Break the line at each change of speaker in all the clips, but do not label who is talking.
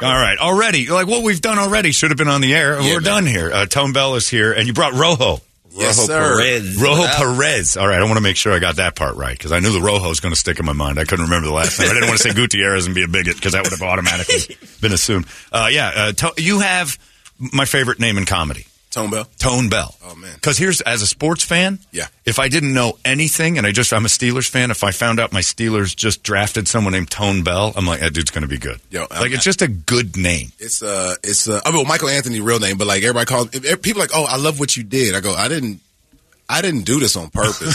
All right, already like what we've done already should have been on the air. We're done here. Uh, Tone Bell is here, and you brought Rojo.
Yes, Rojo sir. Perez.
Rojo
What up?
Perez. All right, I want to make sure I got that part right because I knew the Rojo was going to stick in my mind. I couldn't remember the last name. I didn't want to say Gutierrez and be a bigot because that would have automatically been assumed. Uh, yeah, uh, to- you have my favorite name in comedy.
Tone Bell.
Tone Bell.
Oh, man.
Because here's as a sports fan,
Yeah.
If I didn't know anything, and I just I'm a Steelers fan, if I found out my Steelers just drafted someone named Tone Bell, I'm like that dude's going to be good.
Yo, I'm-
like it's just a good name.
It's uh, it's uh, I mean, well, Michael Anthony real name, but like everybody calls if- if- people like, oh, I love what you did. I go, I didn't, I didn't do this on purpose.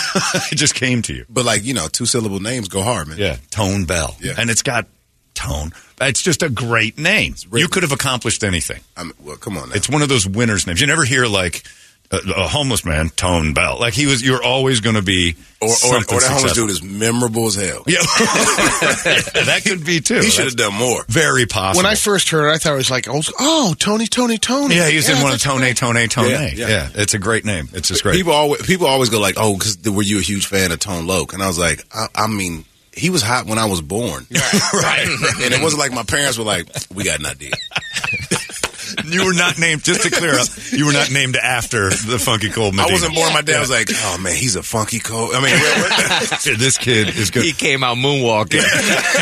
it just came to you.
but like you know, two syllable names go hard, man.
Tone Bell.
Yeah.
And it's got tone. It's just a great name.
really-
You could have accomplished anything.
I mean, well, come on. Now.
It's one of those winners' names. You never hear like a, a homeless man, Tone Bell. Like he was, you're always going to be
or or, or
something
that homeless
successful.
dude is memorable as hell.
Yeah. that could be too.
he should have done more.
Very possible.
When I first heard it, I thought it was like, oh, oh Tony, Tony, Tony.
yeah, he was in one of
that's-
Tone, Tone, Tone.
Yeah,
Yeah,
yeah.
it's a great name. It's just great.
People always people always go like, oh, because were you a huge fan of Tone Loc? And I was like, I, I mean, he was hot when I was born,
Right.
and it wasn't like my parents were like, we got an idea.
you were not named, just to clear up, you were not named after the Funky Cold Medina.
I wasn't born. My dad was like, oh man, he's a funky cold. I mean,
this kid is good.
He came out moonwalking.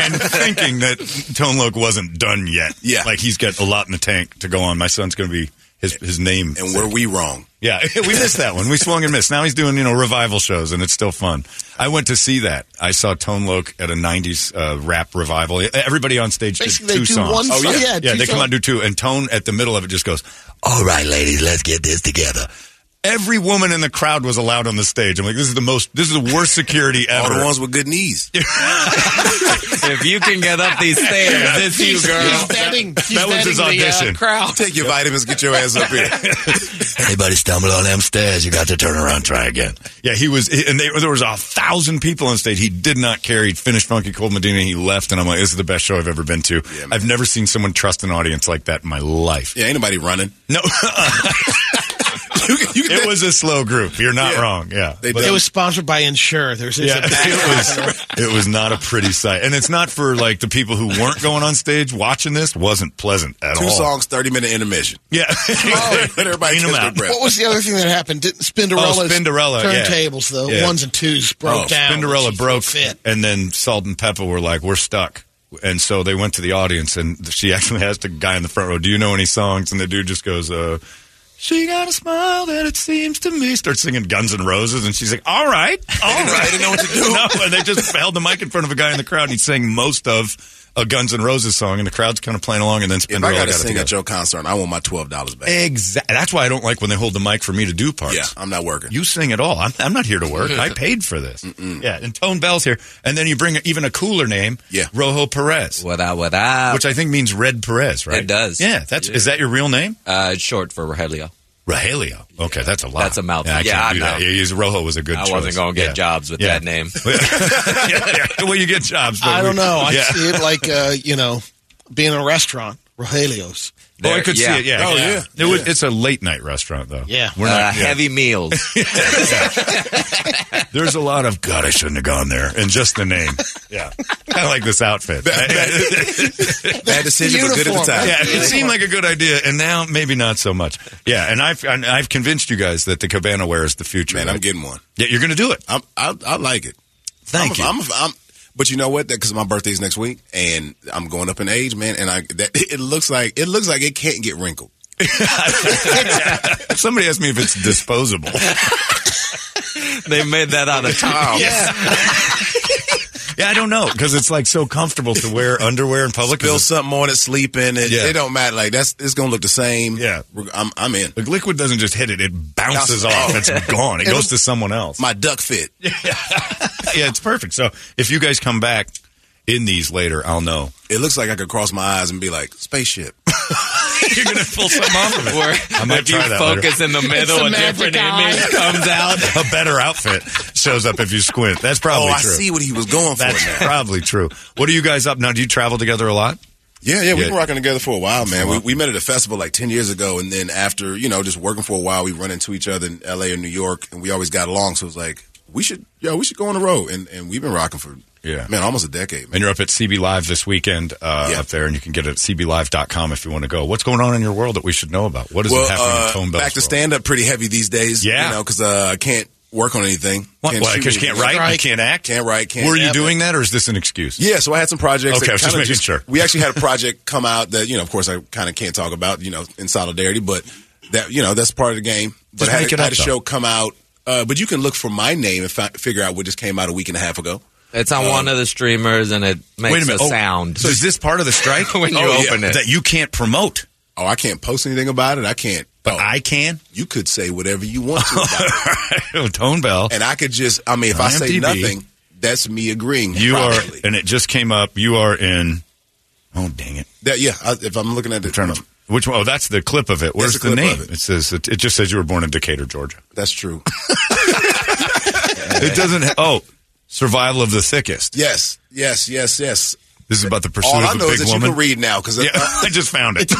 and thinking that Tone Loc wasn't done yet.
Yeah.
Like he's got a lot in the tank to go on. My son's going to be his his name.
and were we wrong?
yeah, we missed that one. We swung and missed. Now he's doing, you know, revival shows and it's still fun. I went to see that. I saw Tone Loc at a 90s uh, rap revival. Everybody on stage
Basically,
did two
they do
songs. Oh,
one song. Yeah,
yeah,
two
they come
songs.
out and do two. And Tone at the middle of it just goes, all right, ladies, let's get this together. Every woman in the crowd was allowed on the stage. I'm like, this is the most, this is the worst security ever.
All the ones with good knees.
if you can get up these stairs, it's you,
He's,
girl.
he's betting. He's
That was
betting
his
the, uh,
audition.
crowd.
Take your vitamins, get your ass up here.
Anybody stumble on them stairs, you got to turn around, try again. Yeah, he was, and they, there was a thousand people on stage. He did not care. He finished Funky Cold Medina. He left, and I'm like, this is the best show I've ever been to.
Yeah, man.
I've never seen someone trust an audience like that in my life.
Yeah, ain't nobody running.
No,
You can, you can,
it was a slow group. You're not
Yeah.
wrong. Yeah,
They
But-
done-
It was sponsored by Insure. There's there's
Yeah,
a back-
it was. It was not a pretty sight, and it's not for like the people who weren't going on stage watching this. wasn't pleasant at
two
all.
songs, thirty minute intermission.
Yeah,
Let everybody
Clean
catch
'em
their
out.
breath.
What was the other thing that happened? Didn't Spinderella's
Oh, Spinderella, yeah.
turntables, though.
Yeah.
Ones and twos broke
Oh,
down.
Spinderella
She
broke,
Fit.
and then Salt and Pepper were like, "We're stuck." And so they went to the audience, and she actually asked the guy in the front row, "Do you know any songs?" And the dude just goes, uh, "She got a smile that it seems to me." Starts singing Guns N' Roses, and she's like, "All right, all right."
They didn't know what to do.
no, and they just held the mic in front of a guy in the crowd, and he sang most of a Guns N' Roses song, and the crowd's kind of playing along, and then
If
Spinderella
I
got
gotta
it
sing at
together.
your concert, I want my twelve dollars back.
Exactly. That's why I don't like when they hold the mic for me to do parts.
Yeah, I'm not working.
You sing at all. I'm, I'm not here to work. I paid for this. Yeah, and Tone Bell's here. And then you bring even a cooler name,
Yeah.
Rojo Perez,
What up, what up?
which I think means Red Perez, right?
It does.
Yeah, that's is that your real name?
uh, it's short for Rogelio.
Rogelio. Okay, that's a lot.
That's a mouthful.
Yeah, I,
Yeah,
can't
I
do that.
know.
Yeah, he's- Rojo was a good
I
choice.
wasn't going to get
Yeah.
jobs with
Yeah.
that name.
yeah, yeah. Well, you get jobs. but
I
we-
don't know. I
yeah.
see it like, uh, you know, being a restaurant. Rogelio's.
Oh, I
There-
could see it. Yeah.
Oh, yeah.
It was, it's a late night restaurant, though.
Yeah.
We're
Uh,
not yeah.
Heavy meals.
There's a lot of God, I shouldn't have gone there, and just the name. Yeah, I like this outfit.
Bad decision, but good at the
uniform,
time.
right?
yeah, it seemed like a good idea, and now maybe not so much. Yeah, and I've and I've convinced you guys that the cabana wear is the future.
Man,
right?
I'm getting one.
yeah, you're going to do it.
I'm, I I like it.
Thank
I'm,
you.
I'm, I'm, but you know what? Because my birthday's next week, and I'm going up in age, man. And I that, it looks like it looks like it can't get wrinkled.
Somebody asked me if it's disposable.
they made that out of Tom.
Yeah, I don't know because it's like so comfortable to wear underwear in public. 'cause
Spill
it's-
something on it, sleep in it.
Yeah.
It don't matter. Like that's it's gonna look the same.
Yeah.
Reg- I'm I'm in.
Like liquid doesn't just hit it; it bounces
Bounces
off.
off.
It's gone. It goes to someone else.
My duck fit.
yeah, it's perfect. So if you guys come back in these later, I'll know.
It looks like I could cross my eyes and be like spaceship.
You're gonna pull something off of it.
Where
I might
if
try
you
that
focus in the middle, a, different image comes out.
a better outfit shows up if you squint. That's probably
oh, I
true.
see what he was going for.
That's
now.
probably true. What are you guys up now? Do you travel together a lot?
Yeah, yeah, we've
Yeah.
been rocking together for a while, man. We, we met at a festival like 10 years ago, and then after, you know, just working for a while, we run into each other in LA or New York, and we always got along. So it was like, we should, yo, we should go on the road. And, and we've been rocking for,
Yeah.
man, almost a decade, man.
And you're up at CB Live this weekend uh,
Yeah.
up there, and you can get it at cblive.com if you want to go. What's going on in your world that we should know about? What is it happening in
Well,
Tone
uh,
Bell's
back to
world?
stand up pretty heavy these days.
Yeah.
You know, because uh, I can't work on anything.
What? Well,
shoot
because you can't
anything.
write, you
Right.
can't act.
Can't write, can't
Were you
act.
doing that, or is this an excuse?
Yeah, so I had some projects.
Okay,
that
I was just
kinda
making sure.
We actually had a project come out that you know, of course, I kind of can't talk about you know in solidarity, but that you know that's part of the game. But
Just
I had,
make it
I
up,
had a
though.
show come out, uh, but you can look for my name and fi- figure out what just came out a week and a half ago.
It's on one of the streamers, and it makes
Wait a minute.
a
Oh,
sound.
So is this part of the strike Oh,
When you open it.
that you can't promote?
Oh, I can't post anything about it. I can't.
But
oh,
I can.
you could say whatever you want to, about it.
Tone Bell.
and I could just. I mean, if I say
IMDb.
nothing, that's me agreeing.
You
privately.
are, and it just came up. You are in. Oh dang it!
that. Yeah, I, if I'm looking at the
Turn up. Which one? Oh, that's the clip of it. Where's
the
the,
clip
name?
of it.
It says it, it just says you were born in Decatur, Georgia.
that's true.
It doesn't. Ha- oh, survival of the thickest.
yes, yes, yes, yes.
This is about the pursuit
All I
of a
know
big
is that
woman.
you can read now because
yeah, I just found it.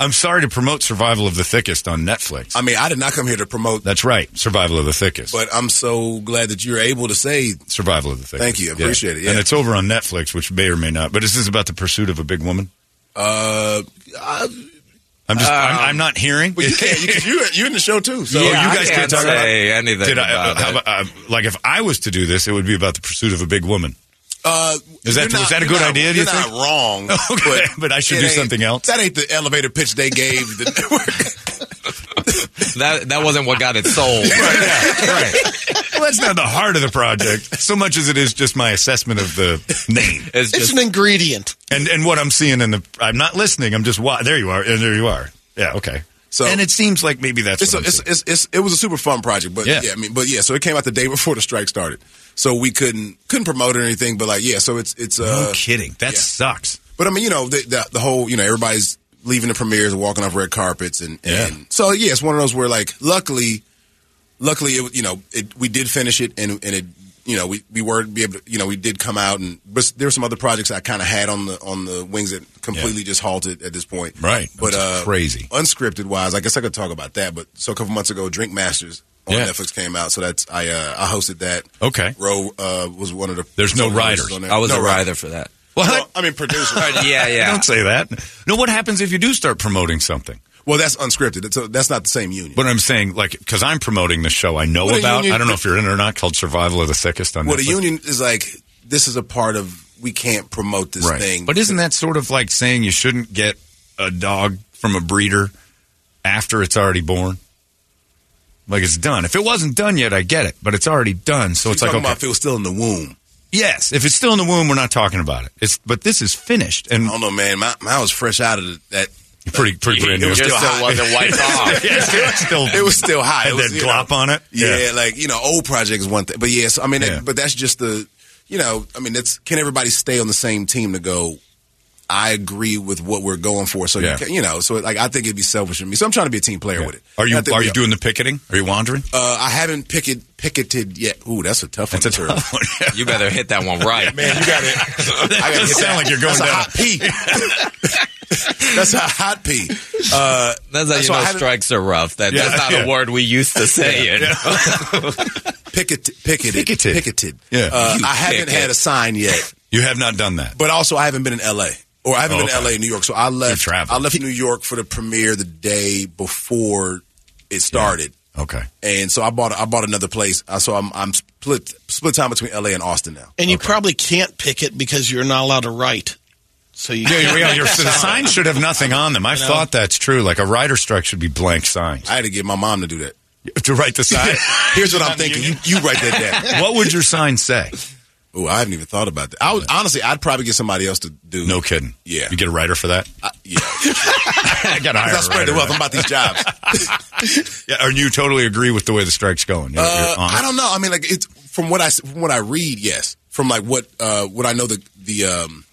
I'm sorry to promote survival of the thickest on Netflix.
I mean, I did not come here to promote
that's right, survival of the thickest.
But I'm so glad that you're able to say
survival of the thickest.
Thank you, I appreciate it, yeah.
And it's over on Netflix, which may or may not. But is this about the pursuit of a big woman?
uh,
I'm just. I'm, I'm not hearing.
but Um, you can't. You, can- you, you're in the show too. So
Oh,
Yeah,
you
I
guys can't
can't
talk about
say anything
Did I,
about
uh, how
it.
about- uh, like if I was to do this, it would be about the pursuit of a big woman.
uh,
Is that-
you're
was that a
you're
good
not-
idea, do you
You're not
think?
wrong.
Okay, but I should
it
do
ain't-
something else.
That ain't the elevator pitch they gave the network.
that that wasn't what got it sold.
right. Well, that's not the heart of the project so much as it is just my assessment of the name
It's
It's
just
an ingredient.
and and what I'm seeing in the. I'm not listening. I'm just wa- there. You are and there you are. Yeah. Okay.
So-
and it seems like maybe that's
It's, a,
what I'm
it's,
seeing.
it's, it's, it was a super fun project, but
Yeah.
yeah. I mean, but yeah, so it came out the day before the strike started, so we couldn't couldn't promote it or anything. But like, yeah, so it's it's uh,
no kidding. That
yeah.
sucks.
But I mean, you know, the, the, the whole, you know, everybody's leaving the premieres and walking off red carpets, and,
Yeah.
and so yeah, it's one of those where like, luckily, luckily, it, you know, it, we did finish it, and and it, you know, we, we were be able to, you know, we did come out, and but there were some other projects I kind of had on the on the wings that completely just halted at this point,
Right.
But
That's
uh,
crazy.
unscripted wise, I guess I could talk about that. But so a couple months ago, Drink Masters. On
Yeah.
Netflix came out, so that's I uh, I hosted that.
Okay.
Roe uh, was one of the.
There's no
one of the
writers.
on there.
I was
No
a
writer.
writer for that.
What?
Well, I mean, producer.
Yeah, yeah.
Don't say that. No. What happens if you do start promoting something?
Well, that's unscripted. That's, that's not the same union.
But I'm saying, like, because I'm promoting the show I know
What a
about.
union-
I don't know if you're in it or not. Called Survival of the Thickest on
what a
Netflix.
union is like, this is a part of, we can't promote this
right?
thing.
But isn't that sort of like saying you shouldn't get a dog from a breeder after it's already born? Like it's done. If it wasn't done yet, I get it. But it's already done, so
You're
it's like
talking
okay.
about if it was still in the womb.
yes, if it's still in the womb, we're not talking about it. It's but this is finished and
I don't know, man. My, mine was fresh out of the, that.
pretty pretty brand new.
Oh, It was
Just
still
still
hot.
wasn't wiped off.
Yeah, it's still
It was still high.
had
It was,
that
you know,
glop on it.
Yeah, like, you know, old projects one thing. But yes, I mean, that-
Yeah.
but that's just the, you know, I mean, that's, can everybody stay on the same team to go, I agree with what we're going for. So,
Yeah.
you, can, you know, so like, I think it'd be selfish of me. So I'm trying to be a team player
Yeah.
with it.
Are you
And I think
are
we
you doing the picketing? Are you wandering?
Uh, I haven't picket, picketed yet. Ooh, that's a tough one.
That's
to
a
turn.
tough one.
You better hit that one right.
Man, you got it. I gotta
does
hit
sound
that.
like you're going
That's
down.
A hot pee. That's a hot pee. Uh,
That's how you
So I
know
haven't-
strikes are rough. That,
Yeah,
that's not
yeah.
a word we used to say. you know?
picket, picketed,
Picketed.
picketed.
Yeah.
Uh,
You
I haven't
picket.
had a sign yet,
You have not done that.
but also I haven't been in L.A. or I haven't
Oh,
been in
okay.
L.A. New York. So I left.
You're traveling.
I left New York for the premiere the day before it started,
Okay.
and so I bought I bought another place. Uh, so I'm I'm split split time between L.A. and Austin now.
And you probably can't pick it because you're not allowed to write. So you
Yeah, yeah, your, the signs should have nothing on them. I thought that's true. Like a rider strike should be blank signs.
I had to get my mom to do that.
To write the sign,
Here's what I'm thinking. You, you write that down.
what would your sign say?
Oh, I haven't even thought about that. I would honestly, I'd probably get somebody else to do.
No kidding.
Yeah.
You get a writer for that?
I, yeah,
I
'Cause
got to hire
I
a
spread
writer.
the wealth. I'm about these jobs.
Yeah, and you totally agree with the way the strike's going. You're-
Uh,
you're on it.
I don't know. I mean, like it's from what I s- from what I read. Yes, from like what uh, what I know the the um,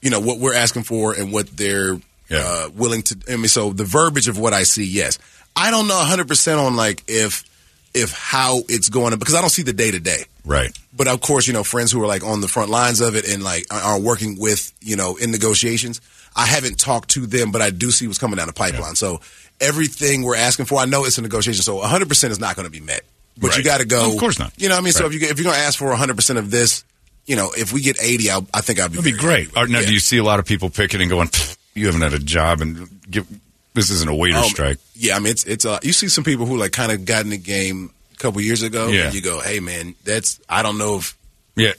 you know what we're asking for and what they're
Yeah.
uh, willing to. I mean, so the verbiage of what I see. Yes, I don't know 100 percent on like if if how it's going because I don't see the day to day.
Right.
But of course, you know, friends who are like on the front lines of it and like are- are working with, you know, in negotiations. I haven't talked to them, but I do see what's coming down the pipeline. So everything we're asking for, I know it's a negotiation. So 100% is not going to be met. But you
Right.
got to go.
Of course not.
You know what I mean? So
Right.
if, you, if you're going to ask for 100% of this, you know, if we get 80, I'll, I think I'd be
That'd be
very happy
great.
with
Or,
it.
now,
Yeah.
do you see a lot of people picking and going, "Pfft, you haven't had a job and give, this isn't a waiter
Um,
strike?
Yeah, I mean, it's it's uh, you see some people who like kind of got in the game a couple years ago.
Yeah.
and you go, hey man, that's I don't know if
Yeah.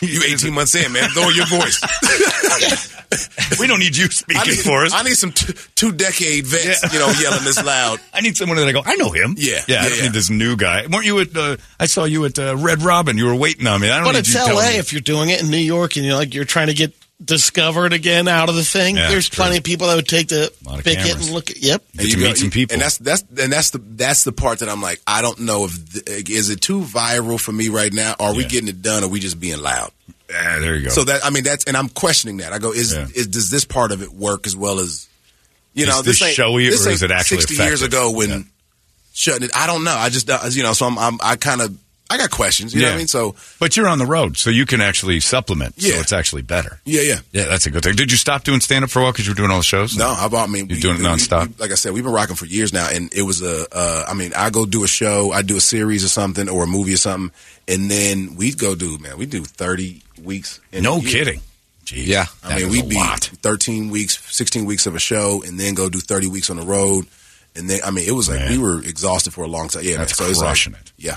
you 18 months in, man, throw your voice.
we don't need you speaking
I need,
for us.
I need some t- two decade vets, you know, yelling this loud.
I need someone that I go, I know him. Yeah,
Yeah,
I
yeah,
don't
yeah.
need this new guy. Weren't you at, uh, I saw you at uh, Red Robin. You were waiting on me. I don't
But
need
it's
you telling me.
L.A. If you're doing it in New York and you're like you're trying to get discovered again out of the thing,
Yeah,
there's
true.
plenty of people that would take the
A lot of
picket
cameras.
and look. At, yep.
Get to meet some people.
and that's that's and that's the that's the part that I'm like, I don't know if th- is it too viral for me right now? Are we
Yeah.
getting it done? Or are we just being loud?
Ah, there you go.
So that I mean, that's and I'm questioning that. I go, is,
Yeah.
is does this part of it work as well as you
Is
know?
this
ain't-
showy
this
or is
ain't
it actually
60 years
effective?
ago when
Yeah.
shutting it? I don't know. I just uh, you know, so I'm, I'm I kind of I got questions. You know
Yeah.
what I mean? So
but you're on the road, so you can actually supplement. So
Yeah.
it's actually better.
yeah, yeah.
Yeah, that's a good thing. Did you stop doing stand up for a while because you were doing all the shows?
No, I, bought- I mean,
You're doing it nonstop?
we- like I said, we've been rocking for years now, and it was a. Uh, I mean, I go do a show, I do a series or something, or a movie or something, and then we go do man, we do thirty weeks. in
No
a year.
kidding. Jeez,
Yeah.
I
that
mean,
is
we'd
a
be
lot.
thirteen weeks, sixteen weeks of a show, and then go do thirty weeks on the road, and then I mean, it was like
Man.
we were exhausted for a long time. Yeah,
That's
man, so it's like-
crushing it.
Yeah.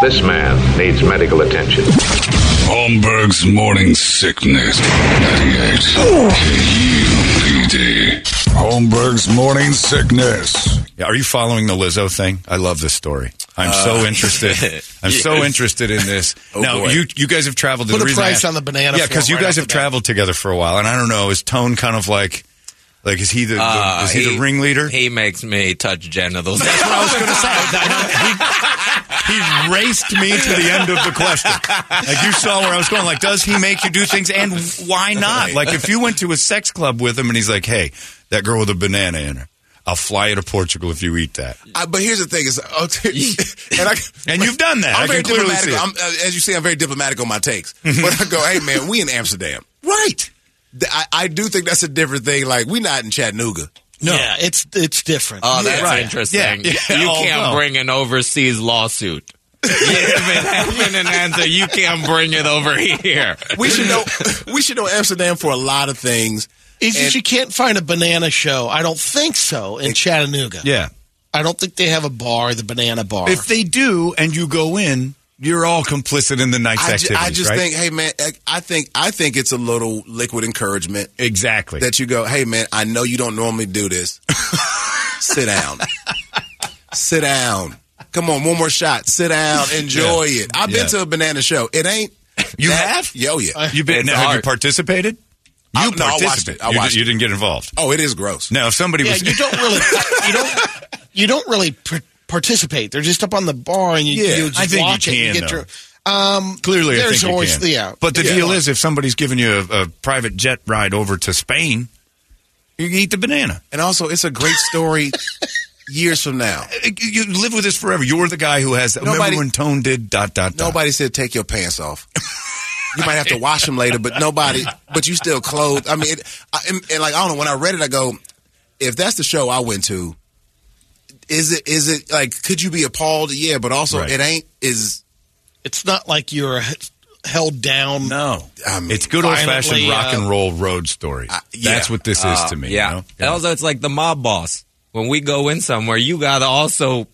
This man needs medical attention.
Holmberg's Morning Sickness. 98. KUPD. Holmberg's Morning Sickness.
Yeah, are you following the Lizzo thing? I love this story. I'm
Uh,
so interested. I'm so interested in this. now
boy.
you you guys have traveled.
Oh, Put
the
a
reason I
price
asked-
on the banana
Yeah,
for
because
him
you
right
guys
off
have
the bat.
traveled together for a while, and I don't know. Is Tone kind of like like is he the, the-
Uh,
is he, the ringleader?
He makes me touch genitals.
That's what I was going to say. I don't- he, he raced me to the end of the question. Like you saw where I was going. Like, does he make you do things, and why not? Like, if you went to a sex club with him, and he's like, "Hey, that girl with a banana in her, I'll fly you to Portugal if you eat that."
I, but here's the thing is, oh, and I.
And you've done that.
I'm
I
very
can clearly
diplomatic.
see. it.
I'm, uh, as you see, I'm very diplomatic on my takes. but I go, hey man, we in Amsterdam, right? Th- I, I do think that's a different thing. Like we not in Chattanooga.
No. Yeah, it's it's different.
Oh, that's
right.
interesting.
Yeah, yeah,
You
oh,
can't
no.
bring an overseas lawsuit. if it happened in Anza, you can't bring it over here.
We should know. we should know Amsterdam for a lot of things.
It's just
And-
you can't find a banana show. I don't think so in Chattanooga.
yeah.
I don't think they have a bar, the banana bar.
If they do, and you go in, you're all complicit in the night's
I, ju-
activities.
I just
right?
think, hey man, I- I think I think it's a little liquid encouragement
exactly.
that you go, hey man, I know you don't normally do this. Sit down. Sit down. Come on, one more shot. Sit down. Enjoy it. I've been
Yeah.
to a banana show. It ain't.
You
that-
have?
Yo, yeah.
You've been.
It's
Now, have you
art.
participated?
I-
You
no, I watched
participated.
it. I
You
watched
di- you
it.
didn't get involved.
Oh, it is gross.
Now, if somebody
yeah,
was,
you don't really you don't you don't really par- participate. They're just up on the bar and you,
Yeah,
you just
I think you
watch it and
can,
get
though.
your um
Clearly, I
there's
think you
always
can.
yeah.
But the
yeah.
deal is, if somebody's giving you a, a private jet ride over to Spain, you can eat the banana.
And also, it's a great story years from now.
You live with this forever. You're the guy who has that.
Nobody-
Remember when Tone did dot dot dot.
Nobody said take your pants off. You might have to wash them later, but nobody, but you still clothed. I mean, it, I, and, and like I don't know. When I read it, I go, if that's the show I went to, is it? Is it like? Could you be appalled? Yeah, but also
Right.
it ain't. Is
it's not like you're h- held down.
No,
I mean,
it's good old fashioned
violently,
rock
uh,
and roll road story.
yeah.
That's what this is to me. you
Yeah.
know?
And also, it's like the mob boss. When we go in somewhere, you gotta also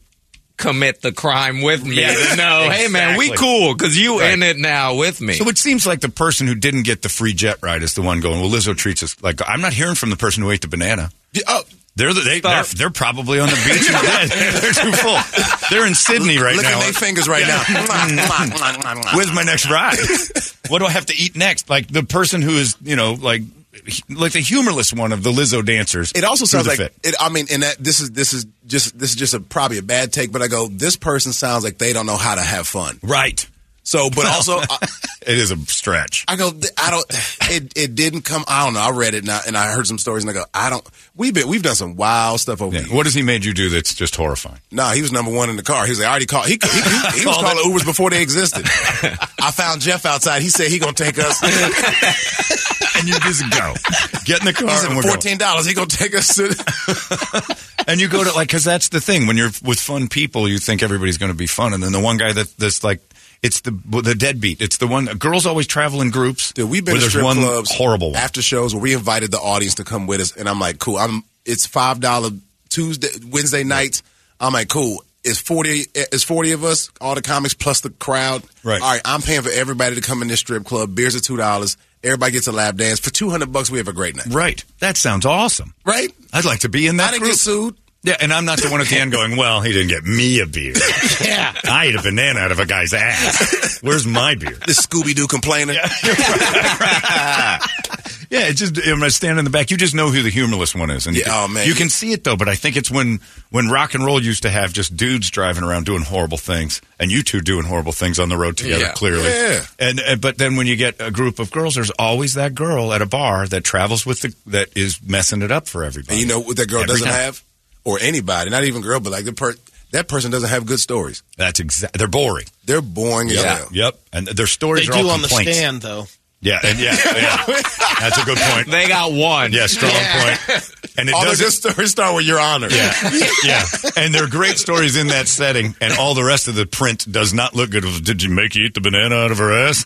commit the crime with me.
Yeah.
to know, hey man, we
Exactly.
cool because you
Right.
in it now with me.
So it seems like the person who didn't get the free jet ride is the one going. Well, Lizzo treats us like I'm not hearing from the person who ate the banana.
oh,
They're the, they, they're,
Stop.
they're probably on the beach. and dead. they're too full. They're in Sydney right
Licking
now. uh,
their fingers right now.
Where's my next ride? what do I have to eat next? Like the person who is, you know, like like the humorless one of the Lizzo dancers.
It also
Who's
sounds
the
like
fit?
it. I mean, and that this is this is just this is just a, probably a bad take, but I go, this person sounds like they don't know how to have fun.
right.
So, but also, I,
It is a stretch.
I go, th- I don't. It it didn't come. I don't know. I read it and I, and I heard some stories and I go, I don't. We've been we've done some wild stuff over.
Yeah.
the years.
What has he made you do that's just horrifying?
Nah, he was number one in the car. He was like, I already called. He, he, he, he was calling Ubers before they existed. I found Jeff outside. He said he gonna take us.
And you just go. Get in the car
He said
and we're going.
uh, fourteen dollars. He gonna take us to.
And you go to like, because that's the thing. When you're with fun people, you think everybody's going to be fun, and then the one guy that that's like, it's the the deadbeat. It's the one. Girls always travel in groups.
Dude, we've been
where
to
there's
strip
one
clubs,
horrible one.
after shows where we invited the audience to come with us, and I'm like, cool. I'm it's five dollar Tuesday, Wednesday nights. I'm like, cool. It's forty. It's forty of us, all the comics plus the crowd.
Right.
All right. I'm paying for everybody to come in this strip club. Beers are two dollars. Everybody gets a lap dance for two hundred bucks. We have a great night.
right. That sounds awesome.
Right.
I'd like to be in
I
that
didn't
group.
get sued.
Yeah, and I'm not the one at the end going, well, he didn't get me a beer.
Yeah.
I ate a banana out of a guy's ass. Where's my beer?
This Scooby Doo complainer.
Yeah, it's just I'm gonna stand in the back. You just know who the humorless one is, and you
Yeah,
can,
oh, man.
you can see it though. But I think it's when when rock and roll used to have just dudes driving around doing horrible things, and you two doing horrible things on the road together.
Yeah.
Clearly,
Yeah.
And, and but then when you get a group of girls, there's always that girl at a bar that travels with the that is messing it up for everybody.
And you know what that girl
Every
doesn't
time.
have, or anybody, not even girl, but like the per- that person doesn't have good stories.
That's exactly. They're boring.
They're boring as hell.
Yep. And their
They
stories are
do
all
on the
complaints.
stand, though.
Yeah. And yeah, yeah. That's a good point.
They got one.
Yeah, strong point. And it
All the
doesn't
good stories start with Your Honor.
Yeah. yeah. And there are great stories in that setting, and all the rest of the print does not look good. Did you make you eat the banana out of her ass?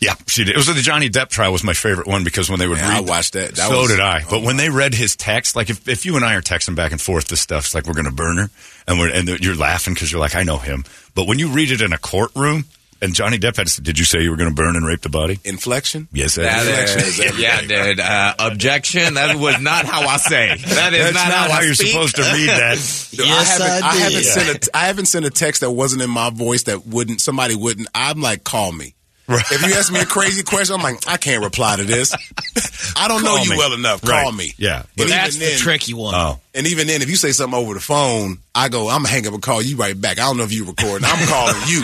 Yeah, she did. It was the Johnny Depp trial was my favorite one because when they would
Man, I
read,
watched that. That
so
was- Oh,
did I. But when they read his text, like if, if you and I are texting back and forth, this stuff's like we're gonna burn her, and we're and you're laughing because you're like I know him. But when you read it in a courtroom, and Johnny Depp had, to say, did you say you were gonna burn and rape the body?
Inflection.
Yes, I
That
did.
is, yeah, dude. Uh, objection. That was not how I say. That is
That's
not, how, I
you're
speak.
supposed to read that.
Dude,
Yes,
I haven't,
I did.
haven't sent a t- I haven't sent a text that wasn't in my voice that wouldn't somebody wouldn't. I'm like, call me. If you ask me a crazy question, I'm like, I can't reply to this. I don't know
Call
you
me.
well enough.
Right.
Call me.
Yeah.
And
But
even
That's the
then-
tricky one.
Oh,
And even then, if you say something over the phone, I go, I'm gonna hang up and call you right back. I don't know if you recording. I'm calling you.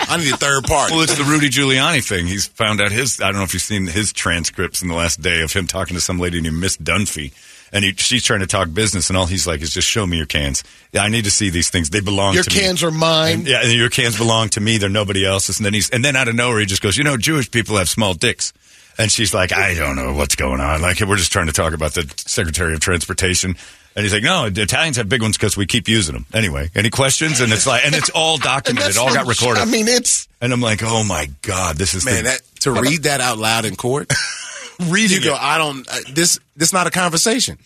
I need a third party.
Well, it's the Rudy Giuliani thing. He's found out his. I don't know if you've seen his transcripts in the last day of him talking to some lady named Miss Dunphy, and he, she's trying to talk business, and all he's like is just show me your cans. Yeah, I need to see these things. They belong.
Your
to
cans
me.
are mine.
Yeah, and your cans belong to me. They're nobody else's. And then he's and then out of nowhere he just goes, you know, Jewish people have small dicks. And she's like, I don't know what's going on. Like we're just trying to talk about the Secretary of Transportation. And he's like, no, the Italians have big ones because we keep using them. Anyway, any questions? And it's like, and it's all documented.
That's
It all got
the-
recorded.
I mean, it's
And I'm like, oh my god, this is
Man,
the,
that to read that out loud in court,
reading.
you go, I don't. I, this this not a conversation.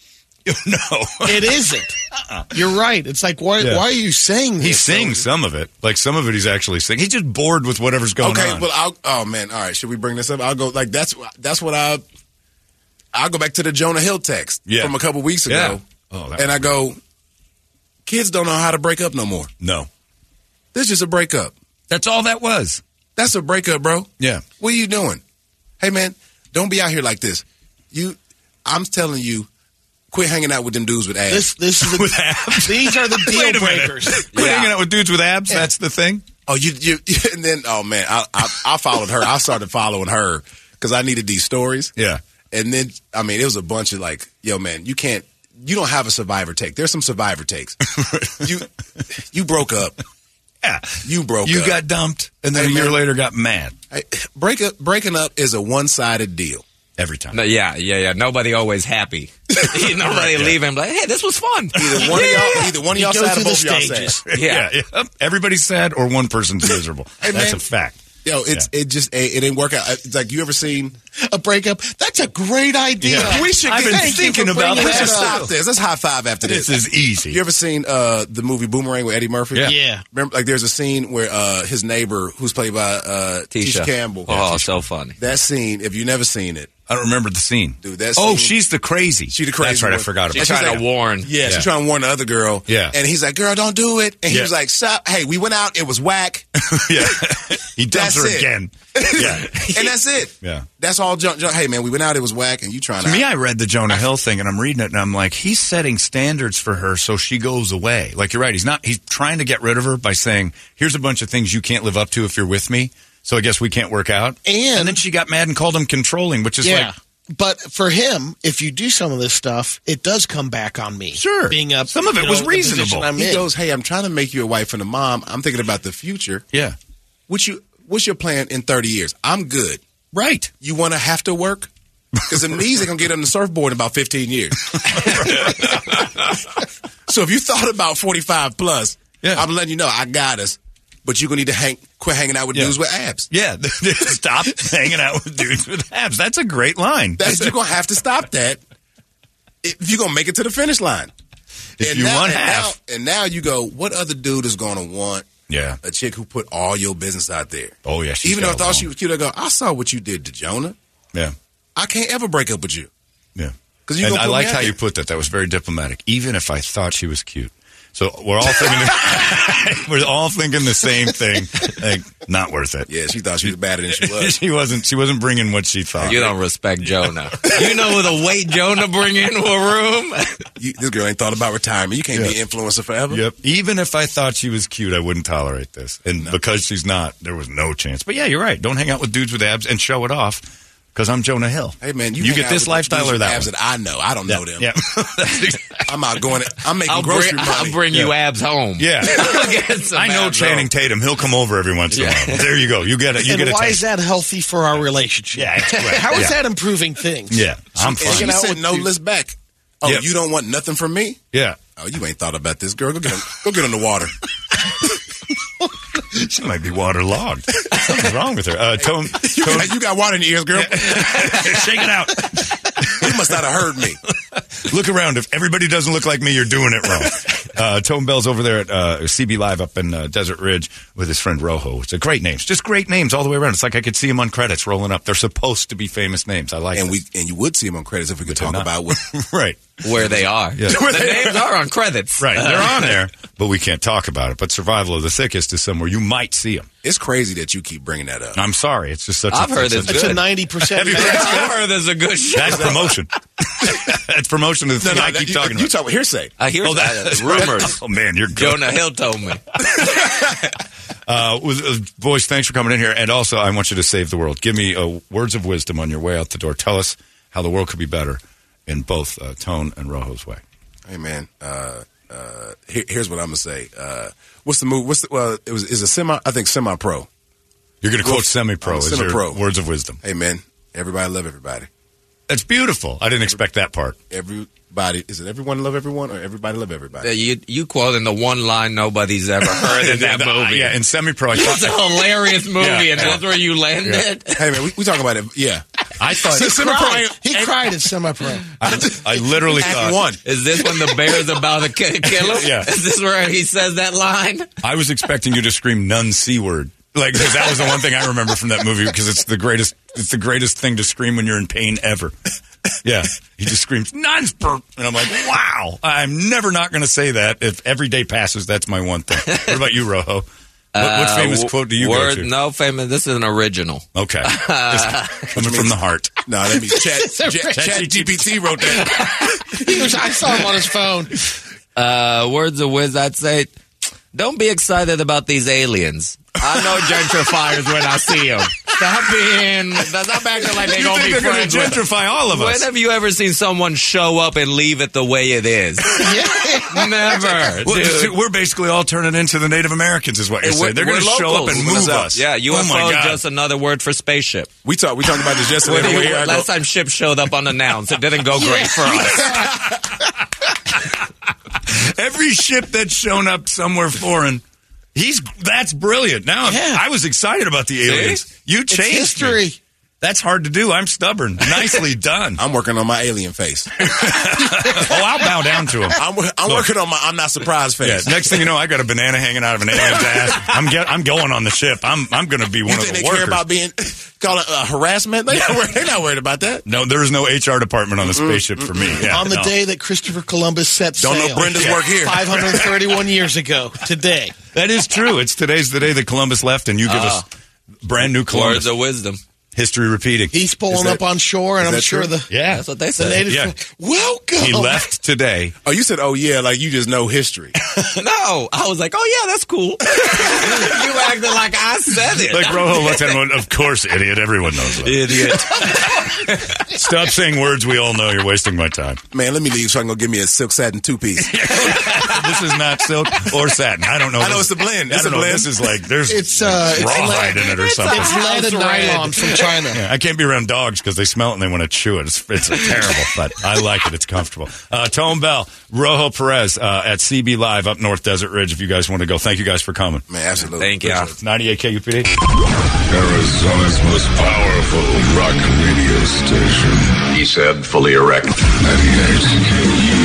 it. no,
it isn't. You're right. It's like why
Yeah.
why are you saying this?
he sings some of it. Like some of it, he's actually singing. He's just bored with whatever's going
okay,
on.
well, I'll, oh man, all right. Should we bring this up? I'll go like that's that's what I. I'll go back to the Jonah Hill text
Yeah.
from a couple weeks ago,
Yeah. Oh, that
and
was
I go, kids don't know how to break up no more.
no,
This is just a breakup.
that's all that was.
That's a breakup, bro.
Yeah,
What are you doing? Hey man, don't be out here like this. You, I'm telling you, quit hanging out with them dudes with ass.
This this is
with
the,
abs.
these are the
Wait
deal
a minute.
breakers.
Quit hanging out with dudes with abs. That's the thing.
oh, you, you, and then oh man, I, I, I followed her. I started following her because I needed these stories.
Yeah,
And then, I mean, it was a bunch of like, yo, man, you can't, you don't have a survivor take. There's some survivor takes. you, you broke up.
yeah.
You broke
You
up.
got dumped, and then
Hey,
a year
man.
later got mad
I, break up, breaking up is a one sided deal.
every time.
No, yeah, yeah, yeah. Nobody always happy. Nobody leaving like, hey, this was fun.
Either one of y'all, either one of
You
y'all
go
sad or
through the
both of y'all sad.
stages.
Yeah.
yeah, yeah. Everybody's sad, or one person's miserable. that's
man.
a fact.
Yo, it's,
Yeah.
it just, it, it didn't work out. It's like, you ever seen,
A breakup. That's a great idea.
Yeah.
We should
I've
get
been
thank you
thinking
for
about
bringing
we
that.
should
up.
stop this. Let's high five after this.
This is easy.
You ever seen uh, the movie Boomerang with Eddie Murphy?
Yeah.
Yeah.
Remember, like, there's a scene where uh, his neighbor, who's played by uh, Tisha. Campbell,
Oh, so funny.
That scene, if you never seen it,
I don't remember the scene.
Dude, that
oh,
scene-
she's the crazy.
She the crazy
That's right. I
one.
forgot
She
about
That's
She's
that.
tried-
trying
like-
to warn.
Yeah, she's trying to warn the other girl.
Yeah.
and he's like, "Girl, don't do it." And he
Yeah.
was like, "Stop! Hey, we went out. It was whack."
yeah, he dumps
That's
her
it.
again. Yeah.
and that's it.
Yeah.
That's all junk, junk. Hey, man, we went out. It was whack, and you trying
To
to.
me, I read the Jonah Hill thing, and I'm reading it, and I'm like, he's setting standards for her, so she goes away. Like you're right, he's not. He's trying to get rid of her by saying, "Here's a bunch of things you can't live up to if you're with me." So I guess we can't work out.
And-
then she got mad and called him controlling, which is like,
but for him, if you do some of this stuff, it does come back on me.
Sure.
being up.
Some of it
you
was
know, the position
reasonable.
I'm
he
in.
goes, "Hey, I'm trying to make you a wife and a mom. I'm thinking about the future.
yeah,
What you? What's your plan in 30 years? I'm good.
right.
You want to have to work." Because them knees are gonna get on the surfboard in about fifteen years. so if you thought about forty five plus,
Yeah.
I'm letting you know I got us. But you're gonna need to hang, quit hanging out with
Yeah.
dudes with abs.
Yeah, stop hanging out with dudes with abs. That's a great line.
That's you're gonna have to stop that if you're gonna make it to the finish line.
If you want
and
half.
now, and now you go. What other dude is gonna want
yeah.
a chick who put all your business out there?
Oh yeah. she's
Even though I
got a
thought
long-
she was cute, I go. I saw what you did to Jonah.
Yeah.
I can't ever break up with you.
Yeah.
'Cause you
and
gonna
I
put me
liked
out
how
there.
you put that. That was very diplomatic. Even if I thought she was cute. So we're all thinking we're all thinking the same thing. Like not worth it.
Yeah, she thought she was badder than she was.
she wasn't she wasn't bringing what she thought.
You don't respect Jonah. you know the weight Jonah bring into a room.
You- this girl ain't thought about retirement. You can't be an influencer forever.
Yep. Even if I thought she was cute, I wouldn't tolerate this. And because she's not, there was no chance. But yeah, you're right. Don't hang out with dudes with abs and show it off. Because I'm Jonah Hill.
Hey man, you,
you
hang
get
out
this
with
lifestyle
dudes
or
with
that
abs
one.
that I know. I don't know them.
Yeah.
I'm out going. I'm making
I'll
grocery
bring,
money.
I'll bring you abs home.
Yeah.
Get some
I know
abs
Channing
home.
Tatum. He'll come over every once in a
Yeah.
while. There you go. You get it. You
and
get a
why
taste.
is that healthy for our relationship?
Yeah, it's great.
How is
Yeah.
that improving things?
Yeah, I'm
And she
fine.
Hanging out
said
with
no
dudes.
list back. Oh,
Yeah.
you don't want nothing from me?
Yeah,
Oh, you ain't thought about this, girl. Go get on, go get on the water.
she might be waterlogged. Something's wrong with her. Uh, Tone,
You got, you got water in your ears, girl.
shake it out.
You must not have heard me.
Look around. If everybody doesn't look like me, you're doing it wrong. Uh, Tone Bell's over there at uh, CB Live up in uh, Desert Ridge with his friend Rojo. It's a great names, just great names all the way around. It's like I could see him on credits rolling up. They're supposed to be famous names. I like.
And we
this.
and you would see him on credits if we could
They're
talk
not.
about what
right,
where they are.
Where
the
they
names are on credits. Uh,
right. They're on there, but we can't talk about it. But Survival of the Thickest is somewhere you might see them.
it's crazy that you keep bringing that up.
I'm sorry, it's just such.
I've
a,
heard it's
It's
good.
a ninety percent.
Have you
I've heard there's a good show.
That's promotion. That's promotion of the thing I keep
you,
talking about.
you talk about hearsay.
I hear that. rumors.
Oh man, you're good.
Jonah Hill told me.
Uh, was- uh, boys, thanks for coming in here. And also, I want you to save the world. Give me uh, words of wisdom on your way out the door. Tell us how the world could be better in both uh, Tone and Rojo's way.
Hey man, uh, uh, here, here's what I'm gonna say. Uh, what's the move? What's the, well? It was is a semi. I think semi pro.
You're going to quote
Well,
semi-pro
I'm
as your
semi-pro.
words of wisdom.
Hey man, everybody love everybody.
That's beautiful. I didn't expect that part.
Everybody is it? Everyone love everyone or everybody love everybody?
Uh, You you quoting the one line nobody's ever heard in that
Uh,
movie.
yeah, in semi-pro, I
It's a
thought,
hilarious movie,
Yeah.
and that's where you landed.
Hey man, we, we talking about it. Yeah,
I thought,
Cried. He cried at semi-pro.
I, I literally thought,
Is this when the bear's about to ki- kill him?
Yeah.
Is this where he says that line?
I was expecting you to scream "none c word" like 'cause that was the one thing I remember from that movie because it's the greatest it's the greatest thing to scream when you're in pain ever. Yeah, he just screams "nuns burp," and I'm like, "Wow, I'm never not going to say that." If every day passes, that's my one thing. What about you, Rojo? What, what famous
Uh,
quote do you
word,
go to?
No famous. This is an original.
Okay, Just coming from the heart.
no, that means Chat, Chat, Chat GPT wrote that.
He was- I saw him on his phone.
Uh, words of whiz, I'd say, don't be excited about these aliens. I know gentrifiers when I see them. Stop being, stop acting like they're
You
going to
think
be
they're going
friends
to
with us.
gentrify all of
When
us?
have you ever seen someone show up and leave it the way it is? Never.
Well,
dude.
see, We're basically all turning into the Native Americans, is what you're
We're-
saying. They're
we're
going to show up
locals.
and
We're
move
gonna-
us.
Yeah,
Oh,
UFO
my
is
God.
just another word for spaceship.
We talked. We talked about this yesterday.
Wait,
We were
wait,
here, I go,
last time ship showed up unannounced, it didn't go great for us.
Every ship that's shown up somewhere foreign, he's that's brilliant. Now
Yeah.
I was excited about the aliens. You
It's
changed me.
history.
That's hard to do. I'm stubborn. Nicely done. oh,
I'm working on my alien face.
I'll bow down to him.
I'm, wor- I'm working on my I'm not surprised
Yeah,
face.
next thing you know, I got a banana hanging out of an alien's ass. I'm get, I'm going on the ship. I'm I'm going to be one
you
of
think
the
they
workers.
care about being? call it uh, harassment. They're not, worried, they're not worried about that.
No, there is no HR department on the spaceship for me. Yeah,
on the
no.
day that Christopher Columbus set
Don't know
sail.
Brenda's work here.
531 years ago today.
That is true. It's today's the day that Columbus left, and you give us
Ah.
brand new Columbus.
Words of wisdom.
History repeating.
He's pulling
that-
up on shore, and
is
I'm
that
sure
true?
the,
yeah.
That's what they
the
said.
natives.
Yeah.
Welcome.
He left today.
Oh, you said, oh yeah, like you just know history.
No, I was like, oh yeah, that's cool. you acting like I said it.
Like Rojo looks at him, of course, idiot. Everyone knows that.
idiot.
Stop saying words we all know. You're wasting my time.
Man, let me leave so I can go give me a silk satin two piece.
this is not silk or satin. I don't know.
I know
This-
it's a blend.
I
It's
don't
a
know.
blend.
This is like there's
It's, uh, it's
rawhide in it or something.
It's lead and
red.
nylon from China.
Yeah, I can't be around dogs because they smell it and they want to chew it. It's, it's terrible, but I like it. It's comfortable. Uh, Tone Bell, Rojo Perez uh, at CB Live up North Desert Ridge. If you guys want to go, thank you guys for coming.
Man, absolutely.
Thank you.
Appreciate it.
98 KUPD.
Arizona's most powerful rock radio station.
He said, fully erect.
98 KUPD.